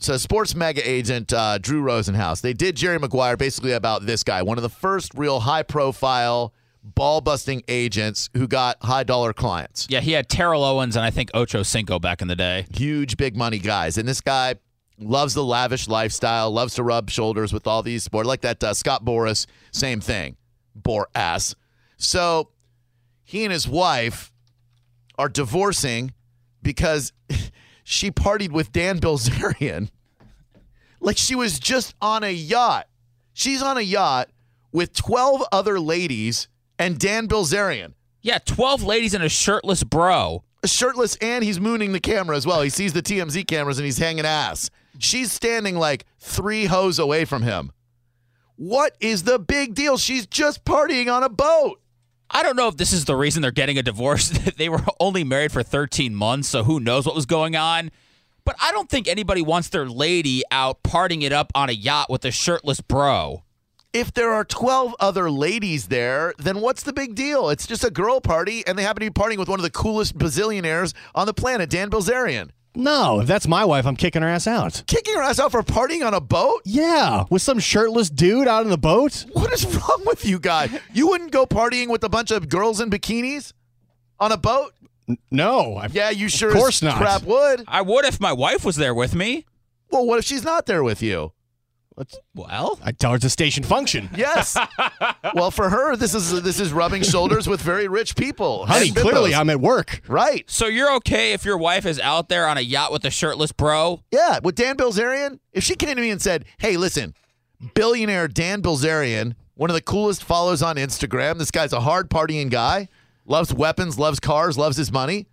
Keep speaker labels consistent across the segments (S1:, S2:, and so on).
S1: So, sports mega agent uh, Drew Rosenhaus, they did Jerry Maguire basically about this guy, one of the first real high profile ball busting agents who got high dollar clients.
S2: Yeah, he had Terrell Owens and I think Ocho Cinco back in the day.
S1: Huge big money guys. And this guy loves the lavish lifestyle, loves to rub shoulders with all these sports. Like that uh, Scott Boris, same thing. Bore ass. So he and his wife are divorcing because she partied with Dan Bilzerian. Like she was just on a yacht. She's on a yacht with 12 other ladies and Dan Bilzerian.
S2: Yeah, 12 ladies and a shirtless bro.
S1: Shirtless, and he's mooning the camera as well. He sees the TMZ cameras and he's hanging ass. She's standing like three hoes away from him. What is the big deal? She's just partying on a boat.
S2: I don't know if this is the reason they're getting a divorce. they were only married for 13 months, so who knows what was going on. But I don't think anybody wants their lady out partying it up on a yacht with a shirtless bro.
S1: If there are 12 other ladies there, then what's the big deal? It's just a girl party, and they happen to be partying with one of the coolest bazillionaires on the planet, Dan Bilzerian.
S3: No, if that's my wife, I'm kicking her ass out.
S1: Kicking her ass out for partying on a boat?
S3: Yeah, with some shirtless dude out on the boat.
S1: What is wrong with you guys? You wouldn't go partying with a bunch of girls in bikinis on a boat?
S3: No, I,
S1: Yeah, you sure
S3: Of course
S1: as
S3: not.
S1: crap would.
S2: I would if my wife was there with me.
S1: Well, what if she's not there with you?
S2: Well,
S3: I tell her it's a station function.
S1: Yes. well, for her, this is this is rubbing shoulders with very rich people.
S3: Honey,
S1: And bimbos.
S3: clearly I'm at work.
S1: right.
S2: so you're okay if your wife is out there on a yacht with a shirtless bro?
S1: Yeah, with Dan Bilzerian, if she came to me and said, "Hey, listen, billionaire Dan Bilzerian, one of the coolest followers on Instagram. This guy's a hard partying guy, loves weapons, loves cars, loves his money,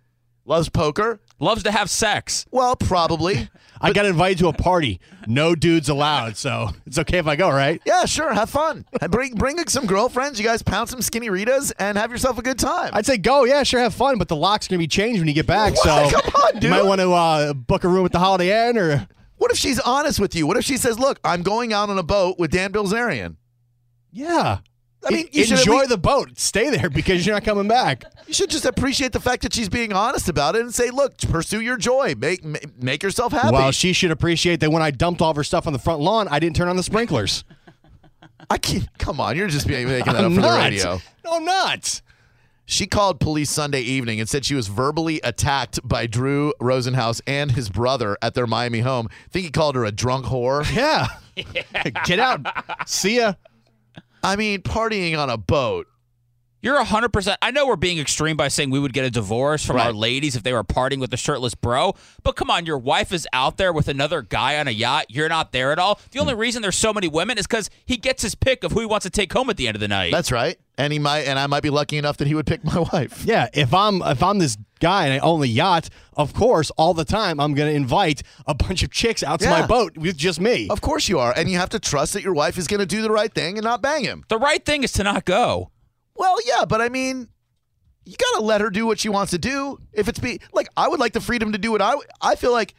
S1: loves poker."
S2: Loves to have sex.
S1: Well, probably.
S3: I got invited to a party. No dudes allowed, so it's okay if I go, right?
S1: yeah, sure. Have fun. Bring bring some girlfriends. You guys pound some skinny ritas and have yourself a good time.
S3: I'd say go, yeah, sure, have fun, but the locks are gonna be changed when you get back. So
S1: Come on,
S3: you
S1: dude.
S3: might want to uh, book a room at the Holiday Inn or
S1: What if she's honest with you? What if she says, "Look, I'm going out on a boat with Dan Bilzerian."
S3: yeah.
S1: I mean,
S3: En-
S1: you should at
S3: enjoy
S1: least-
S3: the boat. Stay there because you're not coming back.
S1: You should just appreciate the fact that she's being honest about it and say, "Look, pursue your joy. Make ma- make yourself happy."
S3: Well, she should appreciate that when I dumped all of her stuff on the front lawn, I didn't turn on the sprinklers.
S1: I can't. Come on, you're just being, making that up
S3: I'm
S1: for
S3: not.
S1: the radio.
S3: No, I'm not.
S1: She called police Sunday evening and said she was verbally attacked by Drew Rosenhaus and his brother at their Miami home. I think he called her a drunk whore.
S3: Yeah. Get out. See ya.
S1: I mean, partying on a boat.
S2: You're 100%. I know we're being extreme by saying we would get a divorce from our
S1: Right.
S2: ladies if they were partying with a shirtless bro, but come on, your wife is out there with another guy on a yacht. You're not there at all. The
S1: Hmm.
S2: only reason there's so many women is because he gets his pick of who he wants to take home at the end of the night.
S1: That's right. And he might, and I might be lucky enough that he would pick my wife.
S3: Yeah, if I'm if I'm this guy and I own the yacht, of course, all the time I'm gonna invite a bunch of chicks out to
S1: Yeah.
S3: my boat with just me.
S1: Of course you are, and you have to trust that your wife is going to do the right thing and not bang him.
S2: the right thing is to not go.
S1: Well, yeah, but I mean, you got to let her do what she wants to do. If it's be like, I would like the freedom to do what I I feel like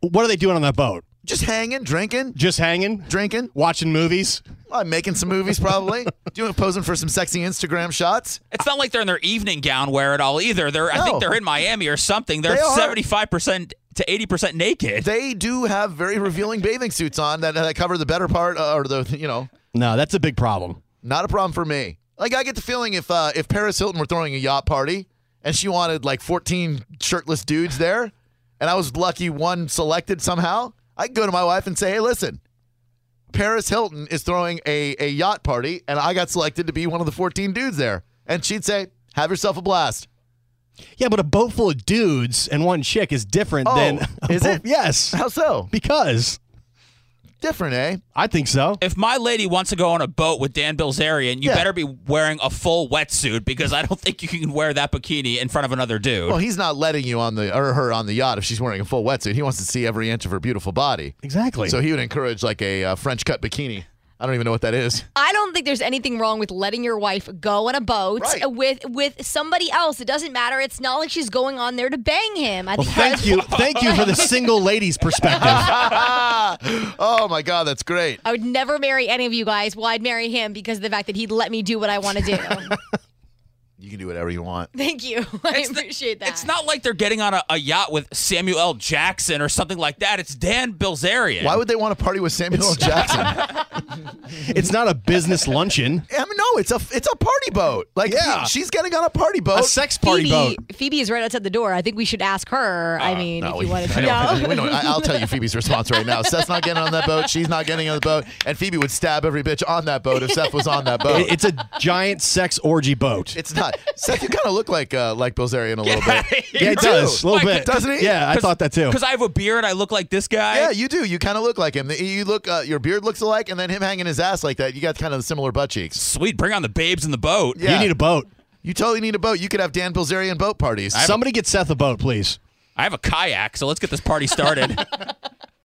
S3: What are they doing on that boat?
S1: just hanging, drinking,
S3: Just hanging,
S1: drinking.
S3: watching movies.
S1: I'm making some movies probably, doing posing for some sexy Instagram shots.
S2: It's not like they're in their evening gown wear at all either. They're I
S1: No.
S2: think they're in Miami or something. They're
S1: They are.
S2: 75% to 80% naked.
S1: They do have very revealing bathing suits on that, that cover the better part, uh, or the you know,
S3: No, that's a big problem.
S1: not a problem for me. Like I get the feeling if uh, if Paris Hilton were throwing a yacht party and she wanted like 14 shirtless dudes there, and I was lucky one selected somehow, I could go to my wife and say, hey, listen. Paris Hilton is throwing a, a yacht party, and I got selected to be one of the 14 dudes there. And she'd say, Have yourself a blast.
S3: Yeah, but a boat full of dudes and one chick is different
S1: Oh,
S3: than a
S1: is
S3: boat-
S1: it?
S3: Yes,
S1: How so?
S3: because
S1: Different, eh?
S3: I think so.
S2: If my lady wants to go on a boat with Dan Bilzerian, you
S1: Yeah.
S2: better be wearing a full wetsuit because I don't think you can wear that bikini in front of another dude.
S1: Well, he's not letting you on the or her on the yacht if she's wearing a full wetsuit. He wants to see every inch of her beautiful body.
S3: Exactly.
S1: So he would encourage like a uh, French cut bikini. I don't even know what that is.
S4: I don't think there's anything wrong with letting your wife go on a boat
S1: Right.
S4: with with somebody else. It doesn't matter. It's not like she's going on there to bang him. I
S3: well,
S4: think
S3: thank you, thank you for the single ladies' perspective.
S1: oh my god, that's great.
S4: I would never marry any of you guys. Well, I'd marry him because of the fact that he'd let me do what I want to do.
S1: You can do whatever you want.
S4: thank you. I
S2: It's the-
S4: appreciate that.
S2: It's not like they're getting on a, a yacht with Samuel L. Jackson or something like that. It's Dan Bilzerian.
S1: Why would they want to party with Samuel L. Jackson? I
S3: it's not a business luncheon,
S1: mean, no, it's a it's a party boat. Like,
S3: Yeah.
S1: he- she's getting on a party boat.
S3: a sex party boat.
S4: Phoebe, Phoebe is right outside the door. I think we should ask her. I mean, if you wanted to
S1: I
S4: know.
S1: don't- we don't- I- I'll tell you Phoebe's response right now. Seth's not getting on that boat. She's not getting on the boat. And Phoebe would stab every bitch on that boat if Seth was on that boat.
S3: It- It's a giant sex orgy boat.
S1: It's not. Seth, you kind of look like uh, like Bilzerian a little bit.
S3: yeah, it
S1: do.
S3: does a little
S2: Like,
S3: bit,
S1: doesn't it?
S3: Yeah, I
S2: Cause-
S3: thought that too.
S2: Because I have a beard, I look like this guy.
S1: Yeah, you do. You kind of look like him. You look. Uh, your beard looks alike, and then him hanging his ass like that. You got kind of similar butt cheeks.
S2: Sweet, bring on the babes in the boat.
S1: Yeah.
S3: You need a boat.
S1: You totally need a boat. You could have Dan Bilzerian boat parties.
S3: Somebody get Seth a boat, please.
S2: I have a kayak, so let's get this party started.